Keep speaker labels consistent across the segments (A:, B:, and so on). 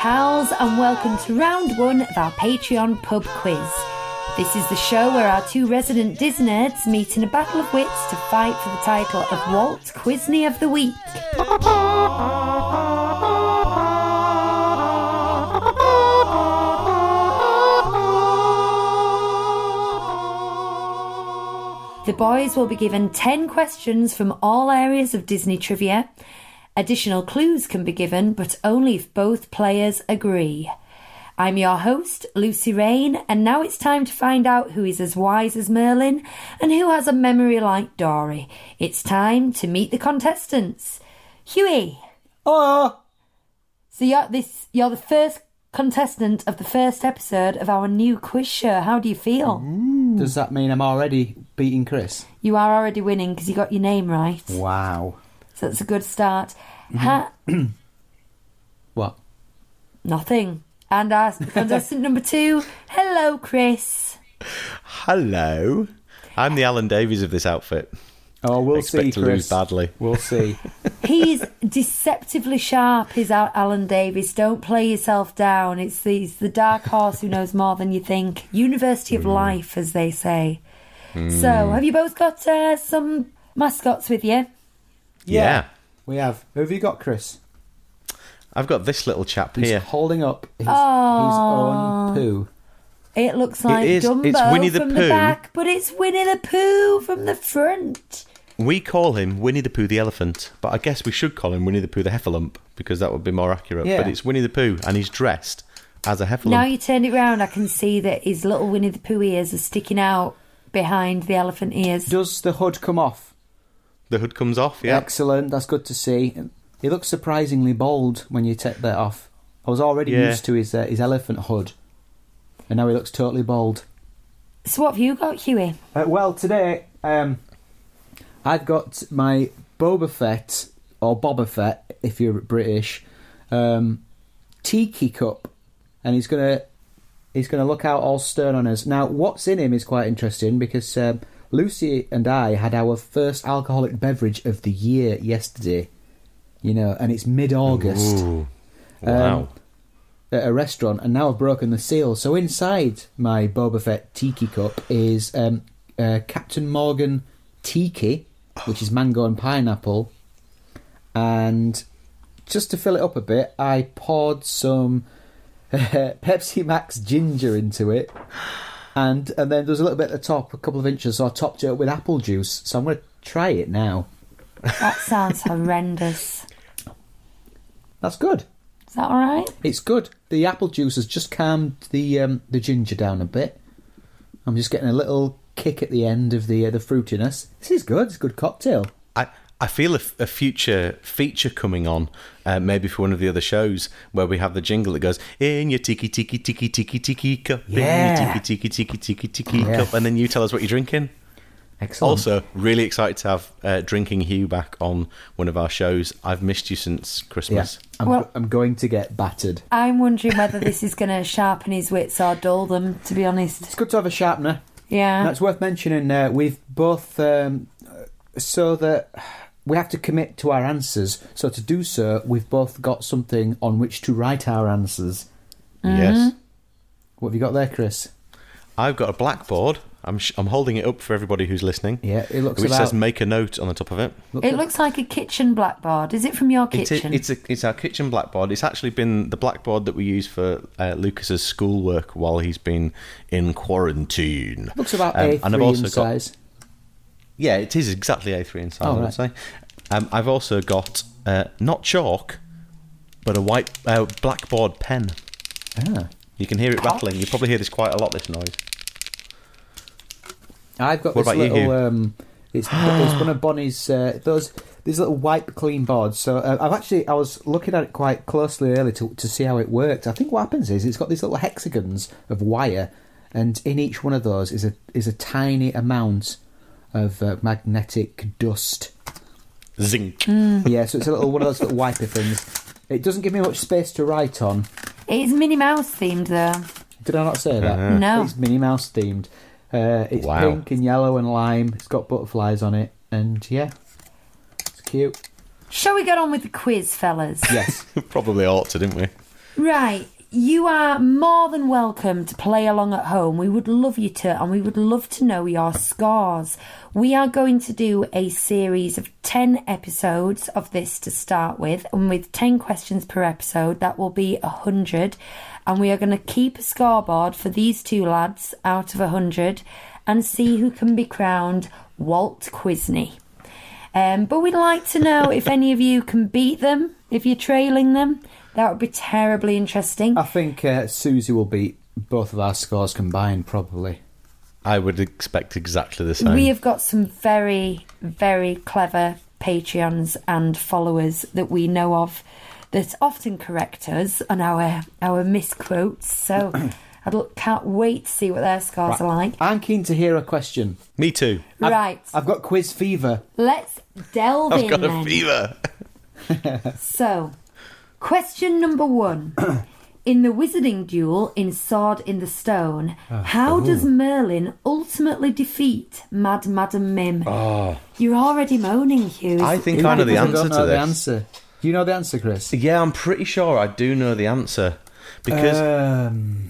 A: and welcome to round one of our Patreon pub quiz. This is the show where our two resident Diz nerds meet in a battle of wits to fight for the title of Walt Quizney of the Week. The boys will be given 10 questions from all areas of Disney trivia. Additional clues can be given, but only if both players agree. I'm your host, Lucy Rain, and now it's time to find out who is as wise as Merlin and who has a memory like Dory. It's time to meet the contestants. Huey,
B: Ah,
A: so you're this you're the first contestant of the first episode of our new quiz show. How do you feel?
B: does that mean I'm already beating Chris?
A: You are already winning because you got your name right.
B: Wow.
A: So that's a good start. Ha-
B: What?
A: nothing. And our contestant number two, hello, Chris.
C: Hello. I'm the Alan Davies of this outfit.
B: Oh, we'll
C: Expect
B: see,
C: to
B: Chris.
C: lose badly.
B: We'll see.
A: He's deceptively sharp, is our Alan Davis. Don't play yourself down. It's the, it's the dark horse who knows more than you think. University
C: Mm.
A: of life, as they say. So, have you both got uh, some mascots with you?
C: Yeah.
B: we have. Who have you got, Chris?
C: I've got this little chap
B: He's
C: here.
B: holding up his, his own poo.
A: It looks like
C: is-
A: Dumbo
C: it's Winnie the
A: from the
C: Pooh.
A: back, but it's Winnie the Pooh from the front.
C: We call him Winnie the Pooh the elephant, but I guess we should call him Winnie the Pooh the heffalump because that would be more accurate.
B: Yeah.
C: But it's Winnie the Pooh and he's dressed as a
A: Now
C: heffalump.
A: you turned it round, I can see that his little Winnie the Pooh ears are sticking out behind the elephant ears.
B: Does the hood come off?
C: The hood comes off, yeah.
B: Excellent. That's good to see. He looks surprisingly bald when you take that off. I was already
C: Yeah.
B: used to his uh, his elephant hood, and now he looks totally bald.
A: So what have you got, Huey?
B: Uh, well, today um, I've got my Boba Fett or Boba Fett, if you're British, um, tiki cup, and he's gonna he's gonna look out all stern on us. Now, what's in him is quite interesting because um, Lucy and I had our first alcoholic beverage of the year yesterday. You know, and it's mid-August
C: Ooh. Wow.
B: Um, at a restaurant and now I've broken the seal. So inside my Boba Fett tiki cup is um, uh, Captain Morgan tiki, which is mango and pineapple. And just to fill it up a bit, I poured some Pepsi Max ginger into it. And and then there's a little bit at the top, a couple of inches, so I topped it up with apple juice. So I'm going to try it now.
A: That sounds horrendous.
B: That's good.
A: Is that all right?
B: It's good. The apple juice has just calmed the um, the ginger down a bit. I'm just getting a little kick at the end of the uh, the fruitiness. This is good. It's a good cocktail.
C: I, I feel a, f- a future feature coming on, uh, maybe for one of the other shows where we have the jingle that goes in your tiki tiki tiki tiki tiki cup, in
B: Yeah.
C: your tiki tiki tiki tiki tiki
B: Yeah.
C: cup, and then you tell us what you're drinking.
B: Excellent.
C: Also, really excited to have uh, drinking Hugh back on one of our shows. I've missed you since
B: yeah,
C: Christmas.
B: I'm,
A: Well-
B: I'm going to get battered.
A: I'm wondering whether this is going to sharpen his wits or dull them, to be honest.
B: It's good to have a sharpener.
A: Yeah.
B: Now, it's worth mentioning uh, we've both um, so that we have to commit to our answers. So to do so, we've both got something on which to write our answers.
C: Yes,
B: What have you got there, Chris?
C: I've got a blackboard. I'm sh- I'm holding it up for everybody who's listening.
B: Yeah, it looks
C: which
B: about-
C: says make a note on the top of it.
A: it looks like a kitchen blackboard. Is it from your
C: It's,
A: kitchen?
C: it's, a, it's our kitchen blackboard. It's actually been the blackboard that we use for uh, Lucas's schoolwork while he's been in quarantine.
B: Looks about
C: Um,
B: A3
C: and I've also
B: in
C: got-
B: size.
C: Yeah, it is exactly A3 in size,
B: Oh,
C: I
B: right.
C: would say. Um, I've also got uh, not chalk, but a white uh, blackboard pen.
B: Ah.
C: You can hear it rattling. You probably hear this quite a lot, this noise.
B: I've got
C: What
B: this
C: about you,
B: little.
C: Hugh?
B: um, it's, it's one of Bonnie's uh, those these little wipe clean boards. So uh, I've actually I was looking at it quite closely earlier to to see how it worked. I think what happens is it's got these little hexagons of wire, and in each one of those is a is a tiny amount of uh, magnetic dust.
C: Zinc.
B: yeah, so it's a little one of those little wiper things. It doesn't give me much space to write on.
A: it is Minnie Mouse themed, though.
B: Did I not say that?
A: No.
B: It's Minnie Mouse themed. Uh, it's
C: Uh-huh. Wow.
B: pink and yellow and lime. It's got butterflies on it, and yeah, it's cute.
A: Shall we get on with the quiz, fellas?
B: Yes,
C: probably ought to, didn't we?
A: Right. You are more than welcome to play along at home. We would love you to, and we would love to know your scores. We are going to do a series of 10 episodes of this to start with, and with 10 questions per episode, that will be 100. And we are going to keep a scoreboard for these two lads out of 100 and see who can be crowned Walt Quizney. Um, but we'd like to know if any of you can beat them, if you're trailing them. That would be terribly interesting.
C: Oh,
B: I think uh, Susie will beat both of our scores combined, probably.
C: I would expect exactly the same.
A: We have got some very, very clever Patreons and followers that we know of that often correct us on our our misquotes. So I don't- can't wait to see what their scores are like.
B: I'm keen to hear a question.
C: Me too.
B: I've-
A: right,
B: I've got quiz fever.
A: let's delve
C: I've
A: in
C: got a
A: then.
C: fever.
A: So, question number one. In the Wizarding Duel in Sword in the Stone,
C: Ah,
A: how
C: oh.
A: does Merlin ultimately defeat Mad Madam Mim? You're already moaning, Hugh.
C: Ah. I think I know the
B: Because I
C: answer
B: don't
C: to
B: know the
C: this.
B: answer. Do you know the answer, Chris?
C: Yeah, I'm pretty sure I do know the answer. Because,
B: um,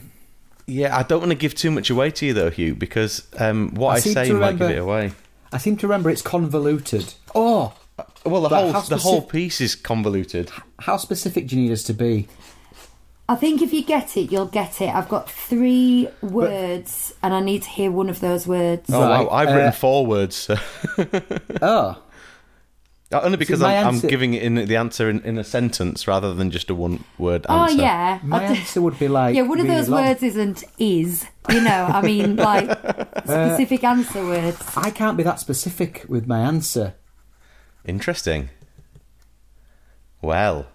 C: yeah, I don't want to give too much away to you, though, Hugh, because um, what
B: I
C: I,
B: seem
C: say
B: to
C: might give
B: remember-
C: it away.
B: I seem to remember it's convoluted. Oh,
C: Well, the
B: But
C: whole,
B: how
C: the whole
B: specif-
C: piece is convoluted.
B: how specific do you need us to be?
A: I think if you get it, you'll get it. I've got three words, and I need to hear one of those words.
C: Oh,
B: Right,
C: wow, I've written
B: uh,
C: four words. so-
B: Oh,
C: Only because
B: my
C: I'm, I'm
B: answer-
C: giving it in the answer in, in a sentence rather than just a one word
A: Oh,
C: answer.
A: yeah.
B: my
A: I d-
B: answer would be like
A: yeah, one of
B: really
A: those
B: long. Uh,
A: words isn't is. You know, I mean, like specific answer words.
B: I can't be that specific with my answer.
C: Interesting. Well,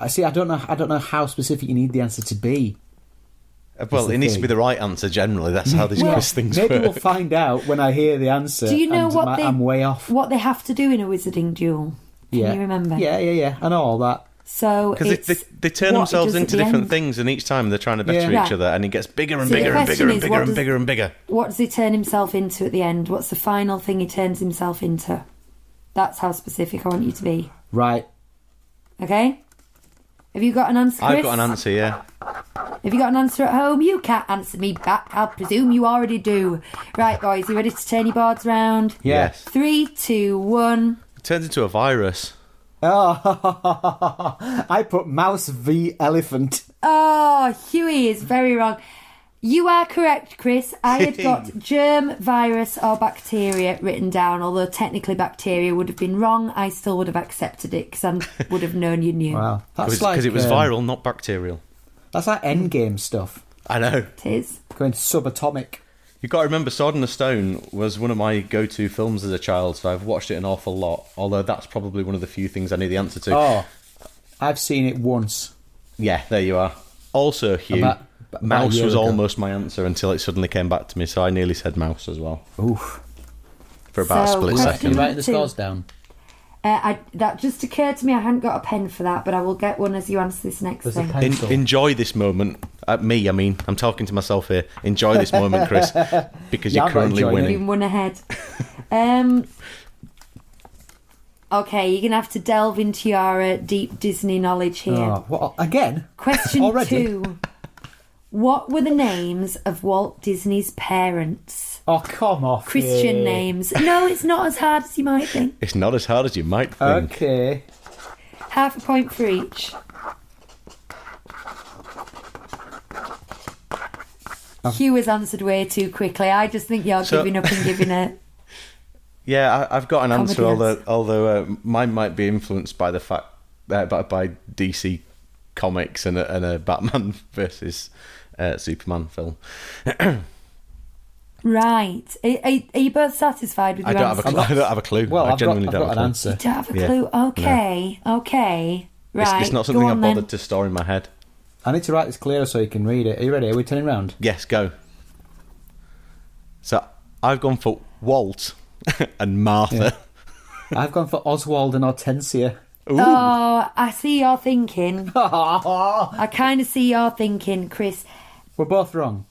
B: I see. I don't know. I don't know how specific you need the answer to be.
C: uh, well,
B: the
C: it needs
B: thing.
C: to be the right answer generally. That's how these
B: Well,
C: quiz things
B: maybe
C: work.
B: we'll find out when I hear the answer.
A: Do you know
B: and
A: what
B: my-
A: they
B: I'm way off.
A: What they have to do in a wizarding duel? Can
B: yeah,
A: you remember?
B: Yeah, yeah, yeah. I know all that.
A: So
C: Because
A: it's
C: they, they, they turn
A: what it
C: themselves
A: does at
C: into
A: the
C: different
A: end.
C: things, and each time they're trying to better
B: Yeah.
C: each other, and it gets bigger and
A: So the
C: bigger and
A: question
C: bigger and
A: is,
C: bigger
A: what
C: and
A: does-
C: bigger and bigger.
A: What does he turn himself into at the end? What's the final thing he turns himself into? That's how specific I want you to be.
B: Right.
A: Okay. Have you got an answer? Chris?
C: I've got an answer, yeah.
A: Have you got an answer at home? You can't answer me back. I presume you already do. Right, boys, you ready to turn your boards round?
B: Yes.
C: Yes.
A: Three, two, one.
C: It turns into a virus.
B: Oh, I put mouse v elephant.
A: Oh, Huey is very wrong. You are correct, Chris. I had got germ, virus, or bacteria written down, although technically bacteria would have been wrong. I still would have accepted it because I would have known you knew.
B: Wow, that's
C: Because
B: like
C: it was
B: um,
C: viral, not bacterial.
B: That's like endgame stuff.
C: I know.
A: It is.
B: Going subatomic.
C: You've got to remember, Sword and the Stone was one of my go to films as a child, so I've watched it an awful lot, although that's probably one of the few things I knew the answer to.
B: Oh, I've seen it once.
C: Yeah, there you are. Also, Hugh,
B: About- about a
C: mouse
B: year
C: was
B: ago.
C: almost my answer until it suddenly came back to me, so I nearly said mouse as well
B: Oof.
C: for about
A: So,
C: a split
A: question Second.
B: Right, You're
C: second.
A: number-
B: writing the
A: Two.
B: scores down.
A: Uh, I, that just occurred to me. I hadn't got a pen for that, but I will get one as you answer this next
B: There's a
A: thing.
B: pen.
C: En-
B: Pencil.
C: enjoy this moment. Uh, me, I mean, I'm talking to myself here. Enjoy this moment, Chris, because you're
B: Yeah, I'm not
C: currently
B: enjoying it.
C: winning.
A: You've one ahead. um, okay, you're gonna have to delve into your uh, deep Disney knowledge here.
B: Oh, what, again?
A: Question
B: Already?
A: two: What were the names of Walt Disney's parents?
B: Oh, come off.
A: Christian
B: it.
A: names. No, it's not as hard as you might think.
C: It's not as hard as you might think.
B: Okay.
A: Half a point for each. Hugh has answered way too quickly. I just think you're
C: Um. So-
A: giving up and giving it.
C: Yeah, I, I've got an
A: Comedy
C: answer, although
A: answer.
C: although uh, mine might be influenced by the fact uh, by, by DC comics and a, and a Batman versus uh, Superman film.
A: Right. Are, are, are you both satisfied with
C: I
A: your
C: don't have a
A: answer?
C: clue. I don't have a clue.
B: Well,
C: I
B: I've got,
C: genuinely
B: I've
C: don't
B: got an
C: have a clue.
B: answer.
A: Don't have a
C: Yeah.
A: clue. Okay. Okay.
C: It's,
A: Right.
C: it's not something
A: Go
C: I
A: on,
C: bothered
A: then.
C: to store in my head.
B: I need to write this clearer so you can read it. Are you ready? Are we turning round?
C: Yes, go. So I've gone for Walt and Martha.
B: I've gone for Oswald and Hortensia.
A: Oh, I see your thinking.
B: We're
A: I kind of see your thinking, Chris.
B: both wrong.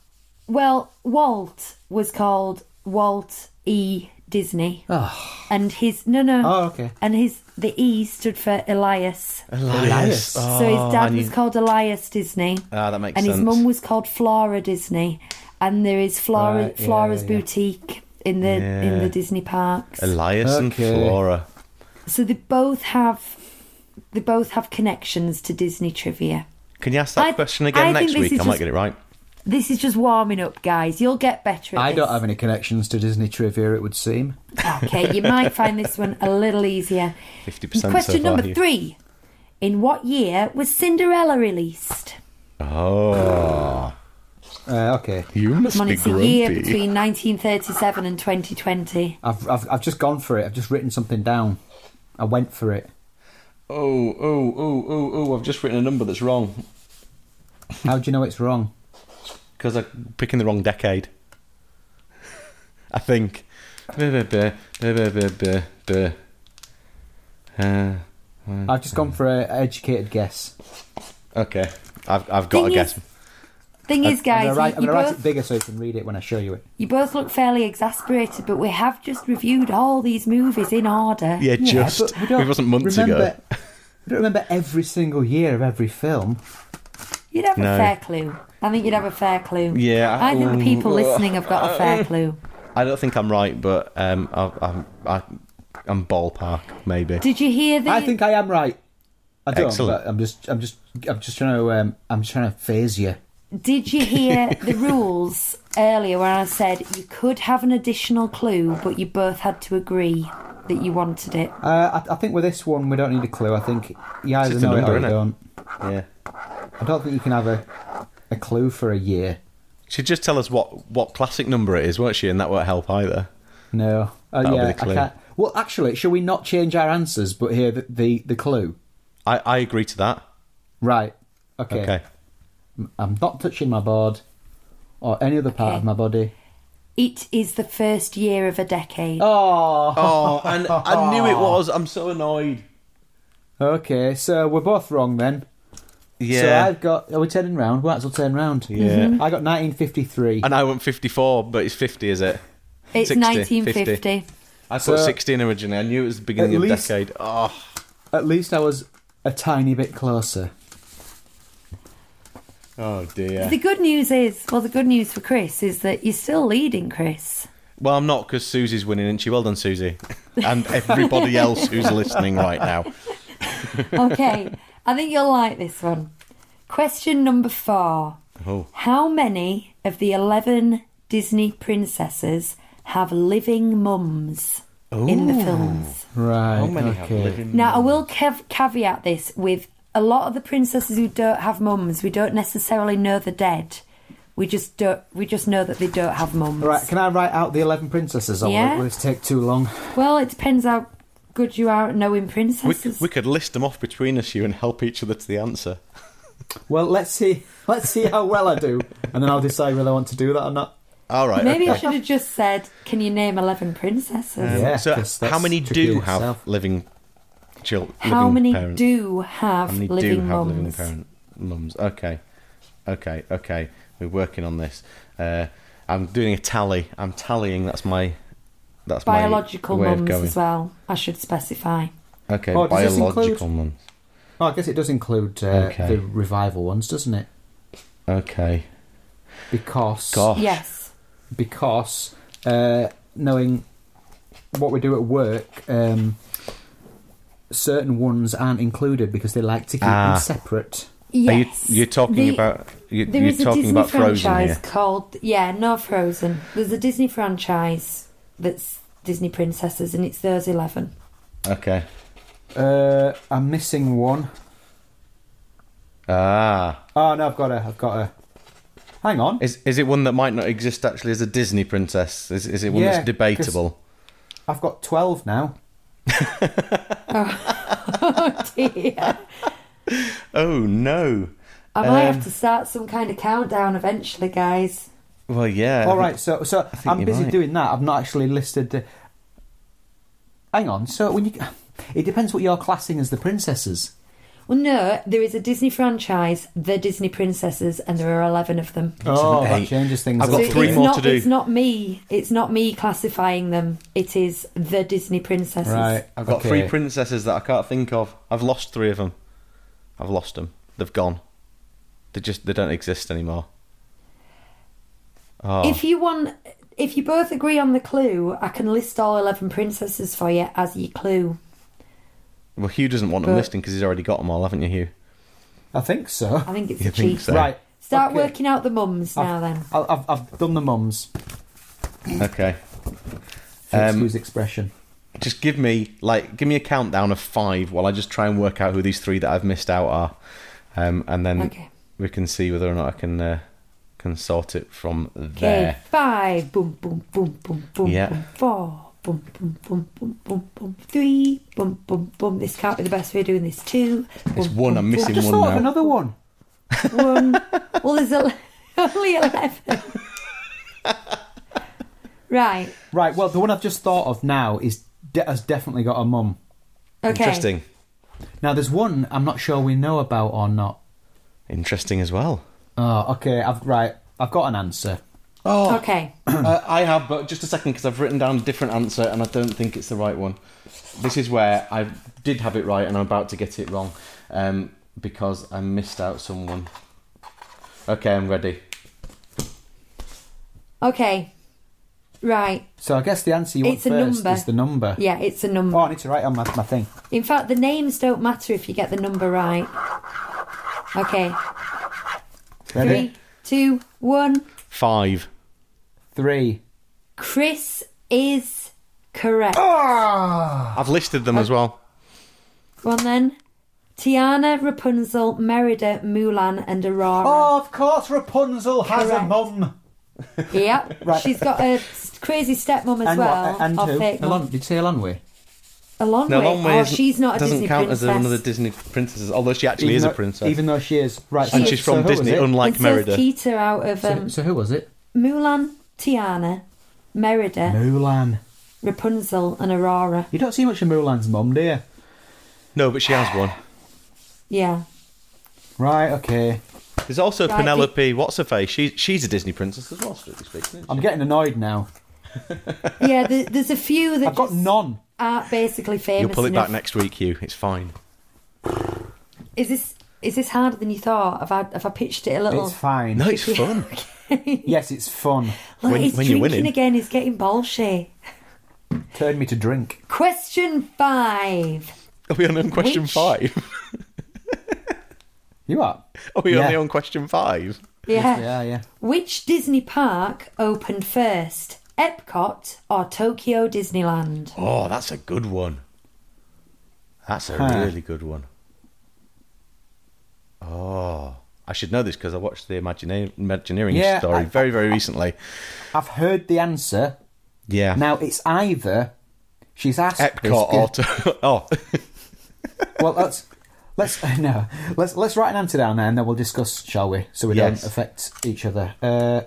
A: Well, Walt was called Walt E. Disney.
B: Oh,
A: And his no no.
B: Oh, okay.
A: And his the E stood for Elias.
B: Elias.
A: so
C: Oh,
A: his dad
C: and
A: was
C: you-
A: called Elias Disney.
C: Ah, that makes
A: and his
C: sense.
A: mum was called Flora Disney. And there is Flora
B: Right, yeah,
A: Flora's
B: yeah.
A: boutique in the in
C: Yeah.
A: the Disney parks.
C: Elias and
B: Okay.
C: Flora.
A: so they both have they both have connections to Disney trivia.
C: Can you ask that
A: I-
C: question
A: I
C: again
A: think
C: next
A: this
C: week?
A: is
C: I might
A: just-
C: get it right.
A: This is just warming up, guys. You'll get better at
B: I
A: this.
B: don't have any connections to Disney trivia, it would seem.
A: Okay, you might find this one a little easier.
C: 50% so
A: Question
C: far
A: number
C: here.
A: three. In what year was Cinderella released?
C: Oh,
B: Uh, okay,
C: you must
A: Come on,
C: be
A: it's a year
C: grumpy.
A: between 1937 and 2020.
B: I've, I've I've just gone for it. I've just written something down. I went for it.
C: Oh, oh, oh, oh, oh! I've just written a number that's wrong
B: How do you know it's wrong?
C: because I'm picking the wrong decade. I think. Buh, buh, buh, buh, buh, buh, buh, buh. Uh,
B: I've just gone for an educated guess.
C: okay, I've I've got
A: Thing
C: a guess.
A: is- Thing is,
B: I'm
A: guys,
B: gonna write, I'm
A: you, you,
B: gonna write it
A: both,
B: bigger so you can read it when I show you it.
A: you both look fairly exasperated, but we have just reviewed all these movies in order.
C: yeah, just
B: but we don't
C: it wasn't months
B: remember,
C: ago.
B: I don't remember every single year of every film.
A: You'd have
C: No.
A: a fair clue. I think you'd have a fair clue.
C: Yeah,
A: I think
B: um,
C: ooh,
A: people
C: uh,
A: listening have got a fair clue.
C: I don't think I'm right, but um, I, I'm I, I'm ballpark maybe.
A: Did you hear the?
B: I think I am right. I don't.
C: Excellent.
B: But I'm just, I'm just, I'm just trying to, um, I'm just trying to phase you.
A: Did you hear the rules earlier when I said you could have an additional clue, but you both had to agree that you wanted it?
B: Uh, I, I think with this one, we don't need a clue. I think you either
C: just a
B: know it or
C: number,
B: you
C: innit?
B: don't.
C: yeah.
B: I don't think you can have a, a clue for a year.
C: She'd just tell us what, what classic number it is, won't she? And that won't help either.
B: No. Oh
C: That'll be
B: yeah,
C: the clue.
B: I can't. Well, actually, shall we not change our answers but hear the the, the clue?
C: I, I agree to that.
B: Right. Okay.
C: Okay.
B: I'm not touching my board or any other part
A: Okay.
B: of my body.
A: It is the first year of a decade.
B: Oh.
C: Oh, and I knew it was. I'm so annoyed.
B: Okay, so we're both wrong then. So I've got. Are we turning round? We might as well turn round.
C: Yeah. Mhm.
B: I got 1953.
C: and I went 54, but it's 50, is it?
A: it's
C: 60,
A: 1950.
C: 50. I
B: So-
C: put 16 originally. I knew it was the beginning
B: At
C: of the
B: least-
C: decade. Oh,
B: At least I was a tiny bit closer.
C: oh dear.
A: The good news is, well, the good news for Chris is that you're still leading, Chris.
C: Well, I'm not because Susie's winning, isn't she? Well done, Susie. And everybody else who's listening right now.
A: Okay, I think you'll like this one. Question number four.
C: Oh,
A: How many of the 11 Disney princesses have living mums in the films?
B: Right.
C: how many
B: okay.
C: have living?
A: Now, I will cav- caveat this with a lot of the princesses who don't have mums, we don't necessarily know they're dead. We just don't. We just know that they don't have mums.
B: Right, can I write out the 11 princesses or
A: Yeah.
B: will it take too long?
A: Well, it depends how good you are at knowing
C: We,
A: princesses.
C: we could list them off between us, you, and help each other to the answer.
B: Well, let's see let's see how well I do and then I'll decide whether I want to do that or not.
C: All right.
A: Maybe I
C: okay.
A: should have just said, "Can you name eleven princesses?"
B: Yeah,
C: so,
B: 'cause that's
C: how many
B: tricky
C: do
B: in
C: have
B: itself.
C: living children?
A: How many
C: parents?
A: do have
C: How many
A: living
C: do have
A: mums?
C: living parent mums? Okay, okay, okay. We're working on this. Uh, I'm doing a tally. I'm tallying. That's my that's
A: Biological
C: my way of
A: mums
C: going.
A: as well. I should specify.
C: Okay,
B: Oh, does this
C: biological
B: include-
C: mums.
B: Oh, I guess it does include uh,
C: Okay.
B: the revival ones, doesn't it?
C: Okay.
B: Because
C: Gosh.
A: Yes.
B: because uh, knowing what we do at work, um, certain ones aren't included because they like to keep
C: Ah.
B: them separate.
C: Are
A: Yes.
C: you, you're talking
A: The-
C: about you,
A: There
C: you're
A: is a
C: talking
A: Disney
C: about Frozen
A: franchise
C: here.
A: called yeah, no Frozen. There's a Disney franchise that's Disney princesses, and it's those eleven.
C: Okay.
B: Uh, I'm missing one.
C: Ah,
B: Oh no, I've got her. I've got her. Hang on.
C: is is it one that might not exist actually as a Disney princess? Is is it one
B: Yeah,
C: that's
B: 'cause-
C: debatable?
B: I've got twelve now.
A: Oh dear.
C: Oh no.
A: I might
C: Um,
A: have to start some kind of countdown eventually, guys.
C: Well, yeah.
B: All right. So so I'm
C: you're
B: busy
C: right.
B: doing that. I've not actually listed. The... Hang on. So when you, it depends what you're classing as the princesses.
A: Well, no, there is a Disney franchise, The Disney Princesses, and there are 11 of them.
B: Oh,
C: Hey,
B: that changes things.
C: I've
B: a
C: got
B: lot.
C: three
A: it's
C: more
A: not,
C: to do.
A: It's not me. It's not me classifying them. It is The Disney Princesses.
B: Right,
C: I've got three
B: okay.
C: princesses that I can't think of. I've lost three of them. I've lost them. They've gone. They just they don't exist anymore. Oh,
A: If you want, if you both agree on the clue, I can list all 11 princesses for you as your clue.
C: well, Hugh doesn't want them
A: but-
C: listing because he's already got them all, haven't you, Hugh?
B: I think so.
A: I think it's
C: You
A: a
C: think
A: cheat.
C: so?
B: Right.
A: Start
B: okay.
A: working out the mums now then.
B: I'll- I've, I've done the mums.
C: Okay.
B: if you
C: Um,
B: excuse expression.
C: Just give me like give me a countdown of five while I just try and work out who these three that I've missed out are, um, and then
A: Okay.
C: we can see whether or not I can uh, can sort it from
A: Okay,
C: there.
A: five, boom, boom, boom, boom, boom,
C: Yeah.
A: boom, four, boom, boom, boom, boom, boom, boom, three, boom, boom, boom. This can't be the best way of doing this. Two.
C: It's
A: boom,
C: one.
A: boom,
C: I'm
B: I
C: missing
B: just
C: one
B: thought of
C: now.
B: another one.
A: One. well, there's a, only eleven. right.
B: Right. Well, the one I've just thought of now is de- has definitely got a mum.
A: Okay.
C: Interesting.
B: Now, there's one I'm not sure we know about or not.
C: Interesting as well.
B: Oh, okay. I've right. I've got an answer.
C: Oh,
A: Okay.
C: uh, I have, but just a second because I've written down a different answer and I don't think it's the right one. This is where I did have it right and I'm about to get it wrong um, because I missed out someone. Okay, I'm ready.
A: Okay. Right.
B: So I guess the answer you want
A: It's a
B: first
A: number.
B: is the number.
A: Yeah, it's a number.
B: Oh, I need to write on my, my thing.
A: In fact, the names don't matter if you get the number right. Okay.
B: Ready?
A: Three, two, one.
C: Five.
B: Three.
A: Chris is correct.
B: Oh!
C: I've listed them as well.
A: Go on then. Tiana, Rapunzel, Merida, Mulan, and Aurora.
B: Oh, of course, Rapunzel has
A: Correct.
B: a mum.
A: Yep. She's got a s- crazy stepmum as
B: And
A: well.
B: what? And
A: or
B: who?
A: fake mum.
B: Elon, did you say Elonway?
A: Elonway.
C: No, Longway
A: oh,
C: isn't-
A: she's not a
C: doesn't
A: Disney
C: count
A: princess.
C: as another Disney princess, although she actually is
B: though,
C: a princess.
B: Even though she is right,
C: and
A: She
C: she's
A: is.
B: so
C: from
B: who was
C: Disney,
B: it?
C: unlike
A: and so is
C: Merida.
A: Peter out of um,
B: So, so who was it?
A: Mulan, Tiana, Merida,
B: Mulan.
A: Rapunzel, and Aurora.
B: You don't see much of Mulan's mum, do you?
C: No, but she has one.
A: Yeah.
B: Right. Okay.
C: There's also
A: Right,
C: Penelope, what's her face? She, she's a Disney princess as well, strictly speaking. Isn't she?
B: I'm getting annoyed now.
A: Yeah, there, there's a few that
B: I've got
A: just
B: none.
A: aren't basically famous.
C: You'll pull it
A: enough.
C: back next week, Hugh. It's fine.
A: Is this is this harder than you thought? Have I have I pitched it a little?
B: It's fine.
C: No, it's fun.
B: Yes, it's fun.
A: Look,
C: when-
A: he's
C: when you're
A: drinking
C: winning.
A: again. He's getting bolshy.
B: Turn me to drink.
A: Question five.
C: Are we only on question
A: Which-
C: five?
B: You are.
C: Are we
B: Yeah.
C: only on question five?
A: Yeah.
B: Yeah, yeah.
A: Which Disney park opened first? Epcot or Tokyo Disneyland?
C: Oh, that's a good one. That's a
B: Huh.
C: really good one. Oh, I should know this because I watched the Imagina- Imagineering
B: Yeah,
C: story
B: I-
C: very, very recently.
B: I've heard the answer.
C: Yeah.
B: Now it's either she's asked this
C: Epcot
B: girl-
C: or to- oh,
B: well, let's let's no, let's let's write an answer down there and then we'll discuss, shall we? So we
C: Yes.
B: don't affect each other. Uh,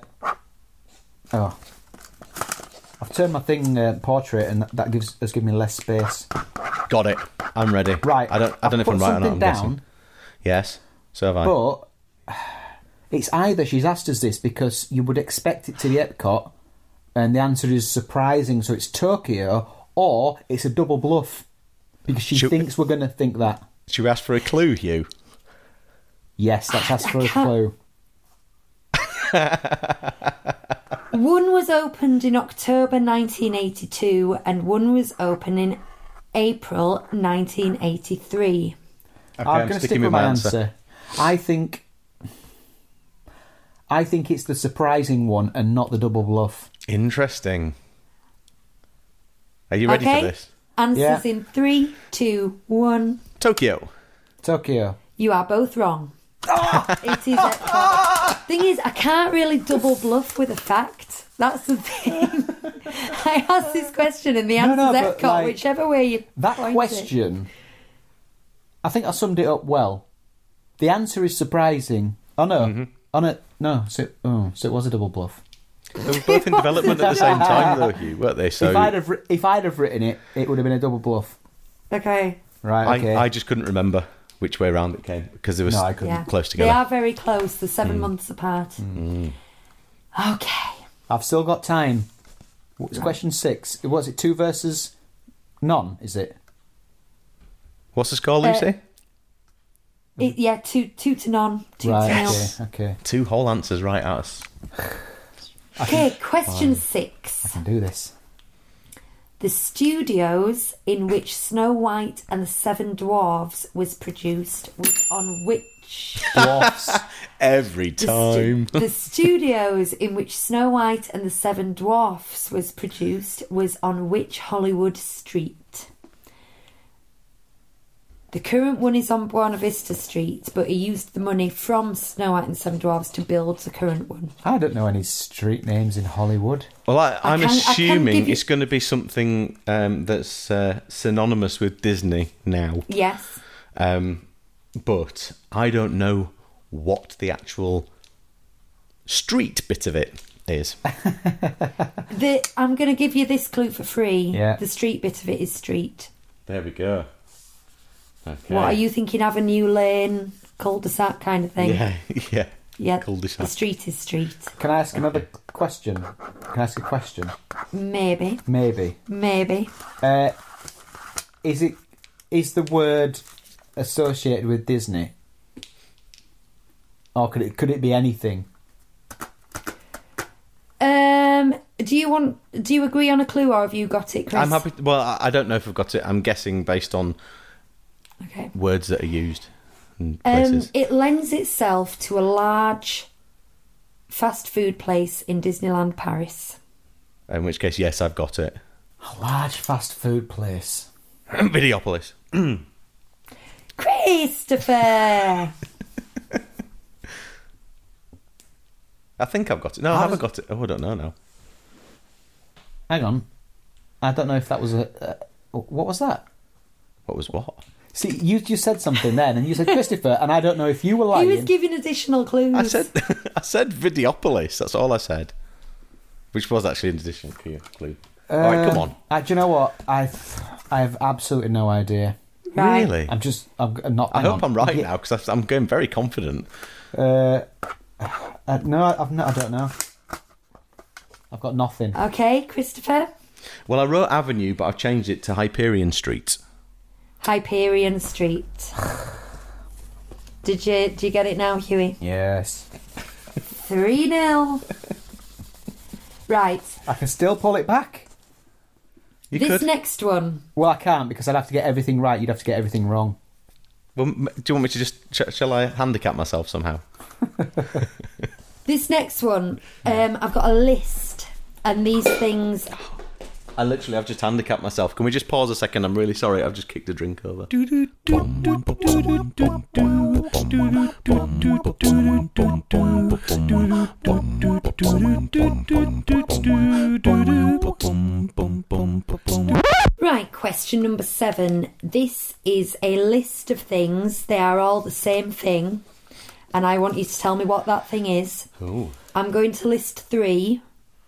B: oh, I've turned my thing uh, portrait, and that, that gives has given me less space.
C: got it. I'm ready.
B: Right,
C: I don't. I don't know
B: I've
C: if I'm
B: put
C: right or not. I'm
B: something down.
C: guessing. Yes. So have I.
B: But it's either she's asked us this because you would expect it to be Epcot, and the answer is surprising, so it's Tokyo, or it's a double bluff because she
C: Should-
B: thinks we're going to think that.
C: Should we ask for a clue, Hugh?
B: Yes, that's asked for a
A: can't-
B: clue.
A: One was opened in October 1982 and one was opened in April 1983.
C: Okay,
B: I'm, going to stick with my answer. I think. I think it's the surprising one and not the double bluff.
C: Interesting. Are you ready
A: okay?
C: for this?
A: Answers
B: Yeah.
A: in three, two, one.
C: Tokyo.
B: Tokyo.
A: You are both wrong.
B: Oh!
A: it is Epcot. thing is, I can't really double bluff with a fact. That's the thing. I asked this question and the
B: No,
A: answer's
B: no, but,
A: Epcot,
B: like,
A: whichever way you
B: That
A: point it.
B: question. I think I summed it up well. The answer is surprising. Oh no. Oh no. No. So, oh, so it was a double bluff.
C: They were both in development at the same time, though, Hugh, weren't they? So
B: if I'd have ri- if I'd have written it, it would have been a double bluff.
A: Okay.
B: Right. Okay.
C: I, I just couldn't remember.
D: which way round it came because they were
B: No, I
D: s-
B: couldn't.
A: Yeah.
D: close
A: They
D: together.
A: are very close. They're seven months apart. Okay.
B: I've still got time. What's question six? Was it two versus none? Is it?
D: What's the score, Lucy?
A: It, yeah, two two to none, two to
B: Right.
A: nil.
B: Okay. Okay.
D: Two whole answers right at us.
A: Okay, question six.
B: Can do this.
A: The studios in which Snow White and the Seven Dwarfs was produced was on which
B: Dwarfs.
D: Every
A: the, stu-
D: time.
A: the studios in which Snow White and the Seven Dwarfs was produced was on which Hollywood street? The current one is on Buena Vista Street, but he used the money from Snow White and Seven Dwarfs to build the current one.
B: I don't know any street names in Hollywood.
D: Well, I,
A: I
D: I'm
A: can- I can give
D: assuming
A: you-
D: it's going to be something um, that's uh, synonymous with Disney now.
A: Yes.
D: Um, but I don't know what the actual street bit of it is.
A: The, I'm going to give you this clue for free.
B: Yeah.
A: The street bit of it is street.
D: There we go. Okay.
A: What are you thinking? Avenue, lane, cul-de-sac kind of thing.
D: Yeah, yeah.
A: Yeah,
D: Cul-de-sac.
A: The street is street.
B: Can I ask another question? Can I ask a question?
A: Maybe,
B: Maybe.
A: maybe.
B: Uh, is it? Is the word associated with Disney? Or could it could it be anything?
A: Um, do you want? Do you agree on a clue, or have you got it, Chris?
D: I'm happy. well, I- I don't know if I've got it. I'm guessing based on
A: Okay.
D: words that are used and
A: Um,
D: places.
A: it lends itself to a large fast food place in Disneyland Paris.
B: Um,
D: in which case, yes, I've got it.
B: A large fast food place.
D: Videopolis.
A: Christopher.
D: I think I've got it. No, I
B: How
D: haven't
B: does-
D: got it. Oh, I don't know now.
B: Hang on. I don't know if that was a. Uh, what was that?
D: What was what?
B: See, you just said something then, and you said Christopher, and I don't know if you were
A: he
B: lying.
A: was giving additional clues.
D: I said, I said Videopolis. That's all I said. Which was actually an additional clue- clue. all right, come
B: Uh,
D: on.
B: I, do you know what? I, I have absolutely no idea.
A: Right.
D: Really?
B: I'm just. I'm, I'm not.
D: I
B: hang
D: hope
B: on.
D: I'm right
B: Yeah,
D: now because I'm going very confident.
B: Uh, uh, no, I've not, I don't know. I've got nothing.
A: Okay, Christopher.
D: Well, I wrote Avenue, but I've changed it to Hyperion Street.
A: Hyperion Street. Did you do you get it now, Huey?
B: Yes.
A: Three 0 Right.
B: I can still pull it back.
D: You
A: this
D: could.
A: next one.
B: Well, I can't because I'd have to get everything right. You'd have to get everything wrong.
D: well, m- do you want me to just? Sh- shall I handicap myself somehow?
A: This next one. Um, I've got a list, and these things.
D: I literally, I've just handicapped myself. Can we just pause a second? I'm really sorry. I've just kicked a drink over.
A: Right. Question number seven. This is a list of things. They are all the same thing, and I want you to tell me what that thing is.
D: Oh,
A: I'm going to list three,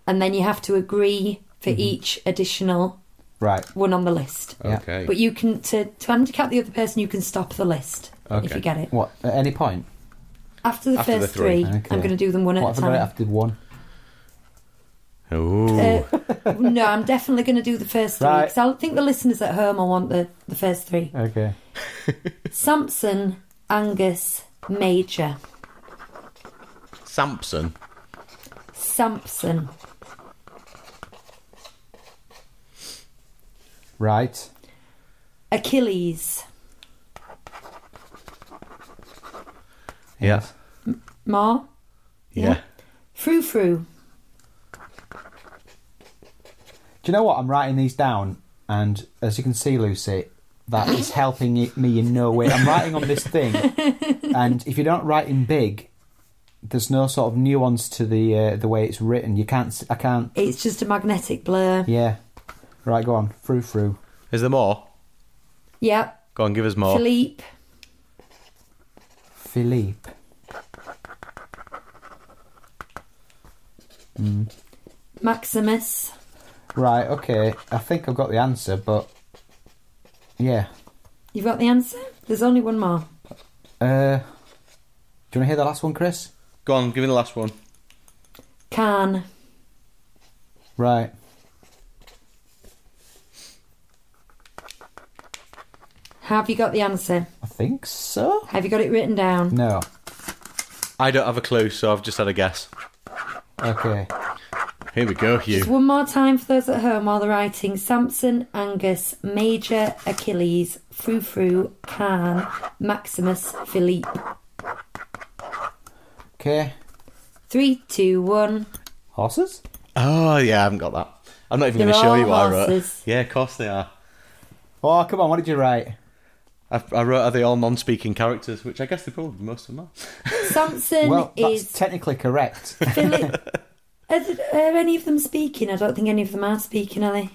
A: and then you have to agree for each additional
B: Right.
A: one on the list.
D: okay.
A: But you can to, to handicap the other person. You can stop the list if
D: Okay.
A: you get it
B: What? At any point?
A: after the
D: After the
A: first
D: three.
A: 3
B: Okay.
A: I'm going to do them one
B: What
A: at a
B: if I got it
A: time.
B: after one?
D: Ooh.
A: Uh, no, I'm definitely going to do the first three
B: Right.
A: because I think the listeners at home will want the, the first three.
B: Okay.
A: Samson, Angus, Major.
D: Samson.
A: Samson,
B: Right.
A: Achilles,
D: Yeah.
A: Ma,
D: Yeah.
A: Frou Frou.
B: Do you know what? I'm writing these down, and as you can see, Lucy, that is helping it- me in no way. I'm writing on this thing, and if you're not writing big, there's no sort of nuance to the uh, the way it's written. You can't. s- I can't.
A: It's just a magnetic blur.
B: Yeah. Right. Go on. Through. Through.
D: Is there more?
A: Yep.
D: Go on, give us
B: Oh.
D: more.
A: Philippe,
B: Philippe.
A: Maximus,
B: Right. Okay. I think I've got the answer, but yeah.
A: You've got the answer? There's only one more.
B: Uh, do you want to hear the last one, Chris?
D: Go on, give me the last one.
A: Can.
B: Right.
A: Have you got the answer?
B: I think so.
A: Have you got it written down?
B: No.
D: I don't have a clue, so I've just had a guess.
B: Okay.
D: Here we go,
A: Just
D: Hugh.
A: one more time for those at home while they're writing. Samson, Angus, Major, Achilles, Frou Frou, Khan, Maximus, Philippe.
B: Okay.
A: Three, two, one.
B: Horses?
D: Oh yeah, I haven't got that. I'm not even
A: They're
D: going to show
A: all
D: you what I wrote.
A: horses.
D: Yeah, of course they are.
B: Oh, come on. What did you write?
D: I, I wrote are they all non-speaking characters, which I guess they probably most of them are.
A: Samson
B: well, that's
A: is
B: technically correct.
A: Philip. are, th- are any of them speaking? I don't think any of them are speaking, are they?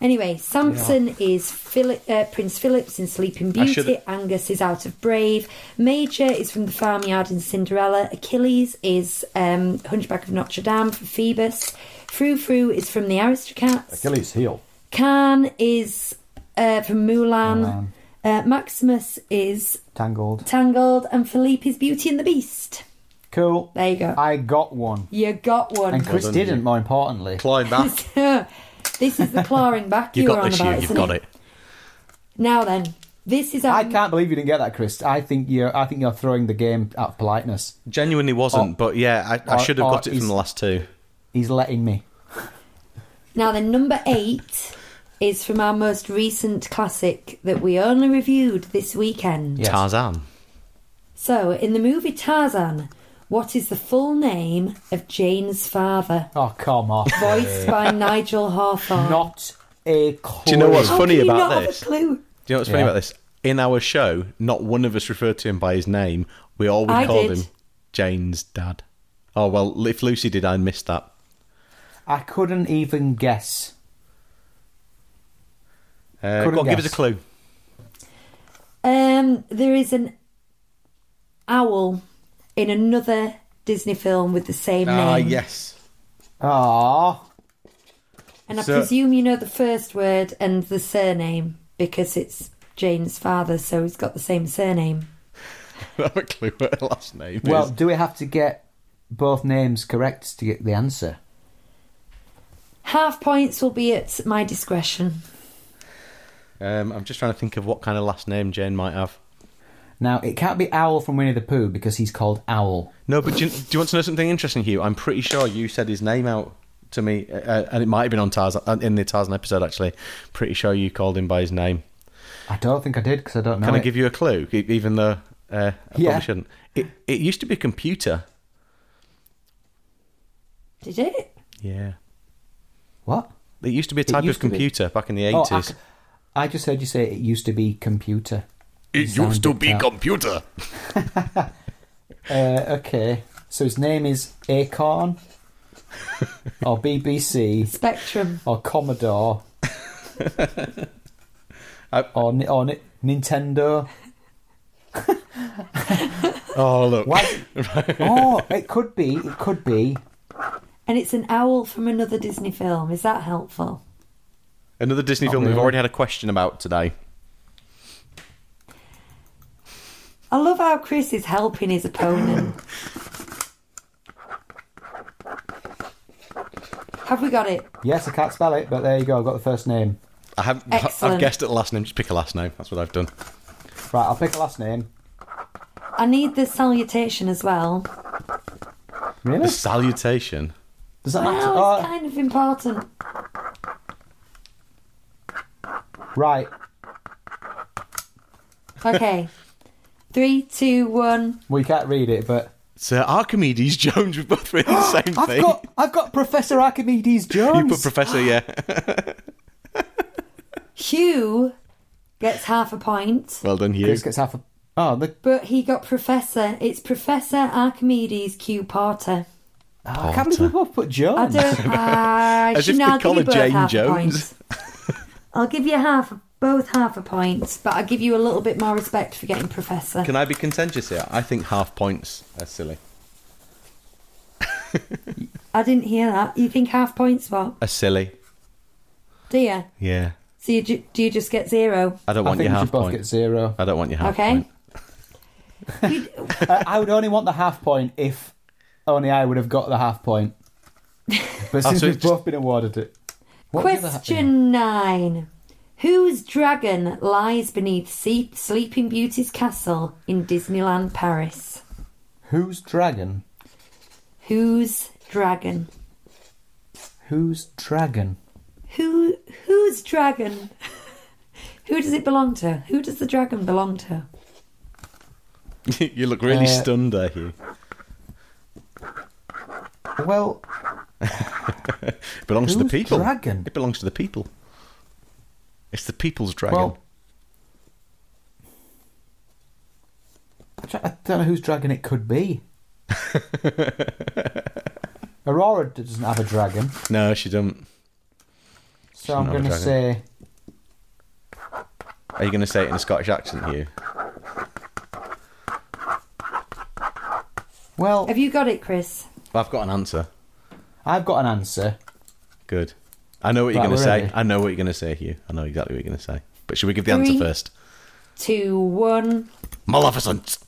A: Anyway, Samson is Philip, uh, Prince Philip's in Sleeping
D: I should-
A: Beauty. Angus is out of Brave. Major is from the farmyard in Cinderella. Achilles is um, Hunchback of Notre Dame for Phoebus. Frou Frou is from the Aristocats.
E: Achilles' heel.
A: Khan is uh, from Mulan.
B: Mulan.
A: Uh, Maximus is
B: Tangled.
A: Tangled, and Philippe is Beauty and the Beast.
B: Cool.
A: There you go.
B: I got one.
A: You got one.
B: And Chris
D: done,
B: didn't,
D: you.
B: more importantly.
D: Climb back.
A: this is the clawing back you,
D: You
A: were
D: got
A: on
D: this, Hugh.
A: about.
D: You've
A: isn't
D: got it.
A: Now then, this is
B: I
A: our
B: can't believe you didn't get that, Chris. I think you're. I think you're throwing the game out of politeness.
D: Genuinely wasn't,
B: Or-
D: but yeah, I, I
B: or-
D: should have
B: or
D: got it
B: is-
D: from the last two.
B: He's letting me.
A: now then number eight is from our most recent classic that we only reviewed this weekend.
B: Yes.
D: Tarzan.
A: So in the movie Tarzan, what is the full name of Jane's father?
B: Oh come on.
A: Voiced by Nigel Hawthorne.
B: Not a clue.
D: Do you know what's
A: How
D: funny
A: can you
D: about
A: not
D: this?
A: Have a clue?
D: Do you know what's funny
B: Yeah.
D: about this? In our show, not one of us referred to him by his name. We all
A: I
D: would call
A: did.
D: him Jane's dad. Oh well, if Lucy did, I missed that.
B: I couldn't even guess.
D: Uh,
B: Couldn't
D: go on, give us
B: guess.
D: a clue.
A: Um, there is an owl in another Disney film with the same name.
D: Ah, yes.
B: Ah,
A: And I
D: So-
A: presume you know the first word and the surname because it's Jane's father, so he's got the same surname.
D: I have a clue what her last name
B: well,
D: is.
B: do we have to get both names correct to get the answer?
A: Half points will be at my discretion.
D: Um, I'm just trying to think of what kind of last name Jane might have.
B: Now it can't be Owl from Winnie the Pooh because he's called Owl.
D: No, but do you, do you want to know something interesting, Hugh? I'm pretty sure you said his name out to me, uh, and it might have been on Tarzan uh, in the Tarzan episode. Actually, pretty sure you called him by his name.
B: I don't think I did because I don't know.
D: Can I
B: it.
D: give you a clue? E- Even though uh, I
B: Yeah.
D: probably shouldn't. It, it used to be a computer.
A: Did it?
D: Yeah.
B: what?
D: It used to be a type of
B: used to be.
D: computer back in the
B: Oh, I
D: 80s.
B: c- I, just heard you say it used to be computer.
F: It
B: You
F: used to
B: sounded
F: be
B: out.
F: computer.
B: Uh, okay, so his name is Acorn, or BBC,
A: Spectrum.
B: or Commodore,
D: I-
B: or Ni- or Ni- Nintendo.
D: oh, look.
B: Why? oh, it could be. It could be.
A: And it's an owl from another Disney film. Is that helpful?
D: Another Disney
B: Not
D: film we've
B: really.
D: already had a question about today.
A: I love how Chris is helping his opponent. Have we got it?
B: Yes, I can't spell it, but there you go. I've got the first name.
D: I haven't.
A: Excellent.
D: I've guessed at the last name. Just pick a last name. That's what I've done.
B: Right, I'll pick a last name.
A: I need the salutation as well.
B: Really?
D: The salutation.
B: Does that matter?
A: Wow,
B: Oh,
A: it's kind of important.
B: Oh, Right.
A: Okay. Three, two, one.
B: We can't read it, but
D: Sir Archimedes Jones. We've both read the same
B: I've
D: thing.
B: got I've got Professor Archimedes
D: you put
B: Jones.
D: Professor, yeah.
A: Hugh gets half a point,
D: Well done, Hugh.
B: Chris gets half a. Oh, the
A: but he got Professor. It's Professor Archimedes Q Porter.
B: I can't believe we both put
A: I
B: Jones.
A: don't. I
D: As
A: should
D: if they
A: now give
D: call
A: you
D: her
A: both
D: Jane
A: half
D: Jones.
A: A point. I'll give you half, both half a point, but I'll give you a little bit more respect for getting Professor.
D: Can I be contentious here? I think half points are silly.
A: I didn't hear that. You think half points? What?
D: Are silly.
A: Do you?
D: Yeah.
A: So you ju- do you just get zero?
D: I don't
B: I
D: want
B: think
D: your
B: we
D: half
B: should both
D: point.
B: get zero.
D: I don't want your half
A: Okay.
D: point.
A: We-
B: I, I would only want the half point if only I would have got the half point. But since
C: so
B: we've
C: it's just-
B: both been awarded it. What was the other half-
A: Question nine. Whose dragon lies beneath Se- Sleeping Beauty's castle in Disneyland Paris?
B: Whose dragon?
A: Whose dragon?
B: Whose dragon?
A: Who? Whose dragon? Who does it belong to? Who does the dragon belong to?
C: you look really
B: Uh,
C: stunned, are you?
B: Well,
C: It belongs to the
B: whose
C: people.
B: dragon?
C: It belongs to the people. It's the people's dragon.
B: well. I tr- I don't know whose dragon it could be. Aurora doesn't have a dragon,
C: no, she doesn't.
B: so I'm
C: Doesn't have a
B: going to
C: dragon.
B: say
C: Are you going to say it in a Scottish accent, Hugh?
B: Well,
A: Have you got it, Chris?
C: I've got an answer.
B: I've got an answer.
C: Good. I know what you're
B: Right,
C: going to
B: we're
C: say.
B: ready.
C: I know what you're going to say, Hugh. I know exactly what you're going to say. But should we give the answer
A: Three.
C: first?
A: Two, one.
C: Maleficent.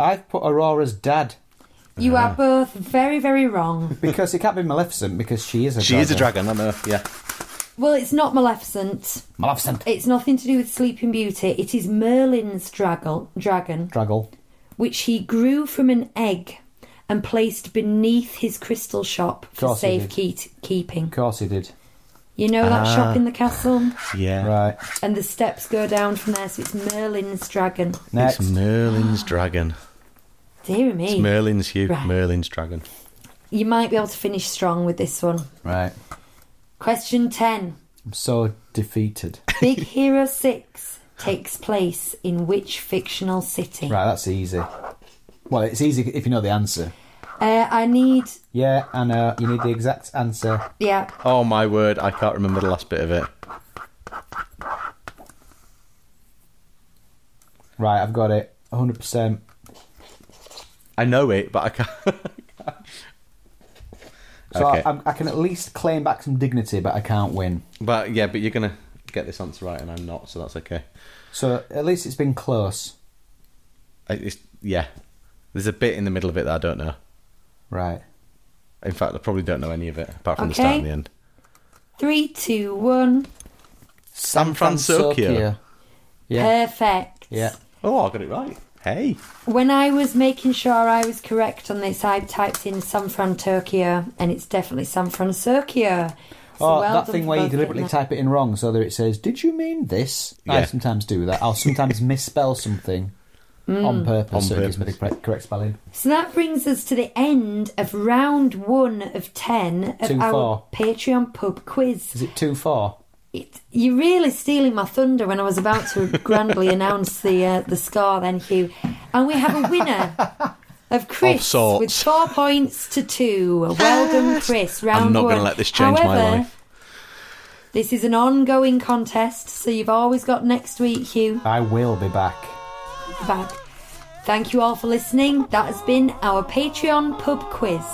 B: I've put Aurora's dad
A: You are
B: Uh-huh.
A: both very, very wrong.
B: because it can't be Maleficent because she is a
C: She
B: dragon.
C: is a dragon. I know. Yeah.
A: Well, it's not Maleficent.
B: Maleficent.
A: It's nothing to do with Sleeping Beauty. It is Merlin's draggle, dragon,
B: Draggle.
A: which he grew from an egg and placed beneath his crystal shop for
B: Course he did.
A: safekeeping.
B: Of course he did.
A: You know that
B: Ah.
A: shop in the castle?
C: Yeah.
B: Right.
A: And the steps go down from there, so it's Merlin's dragon.
B: Next.
C: It's Merlin's dragon.
A: Dear me.
C: It's Merlin's Hugh.
A: Right.
C: Merlin's dragon.
A: you might be able to finish strong with this one.
B: Right.
A: Question 10.
B: I'm so defeated.
A: Big Hero 6 takes place in which fictional city?
B: Right, that's easy. Well, it's easy if you know the answer.
A: Uh, I need.
B: Yeah, I know. You need the exact answer.
A: Yeah.
C: Oh my word! I can't remember the last bit of it.
B: Right, I've got it. 100%.
C: I know it, but I can't.
B: So
C: Okay.
B: I, I'm, I can at least claim back some dignity, but I can't win.
C: But Uh, yeah, but you're gonna get this answer right, and I'm not, so that's okay.
B: So at least it's been close.
C: I- It's, yeah, there's a bit in the middle of it that I don't know.
B: Right.
C: In fact, I probably don't know any of it apart from the start
A: Okay.
C: and the end.
A: Three, two, one.
C: San Francisco.
B: Yeah.
A: Perfect.
B: Yeah.
C: Oh, I got it right. Hey,
A: When I was making sure I was correct on this, I typed in San Fran Tokyo, and it's definitely San Francisco. So well
B: Oh,
A: done
B: that thing
A: for
B: where you
A: both of
B: deliberately
A: them.
B: type it in wrong so that it says, Did you mean this? I
C: Yeah.
B: sometimes do that. I'll sometimes misspell something
A: Mm.
B: on purpose
C: On
B: so it gives me the correct, correct spelling.
A: So that brings us to the end of round one of ten of
B: Two,
A: our
B: four.
A: Patreon pub quiz.
B: Is it 2 4?
A: It, you're really stealing my thunder when I was about to grandly announce the uh, the score, then Hugh, and we have a winner. Of
C: Of
A: Chris
C: sorts.
A: with four points to two. Well done, Chris. Round
C: I'm not
A: one.
C: going to let this change my
A: However,
C: life.
A: This is an ongoing contest, so you've always got next week, Hugh,
B: I will be back.
A: back. Thank you all for listening. That has been our Patreon pub quiz.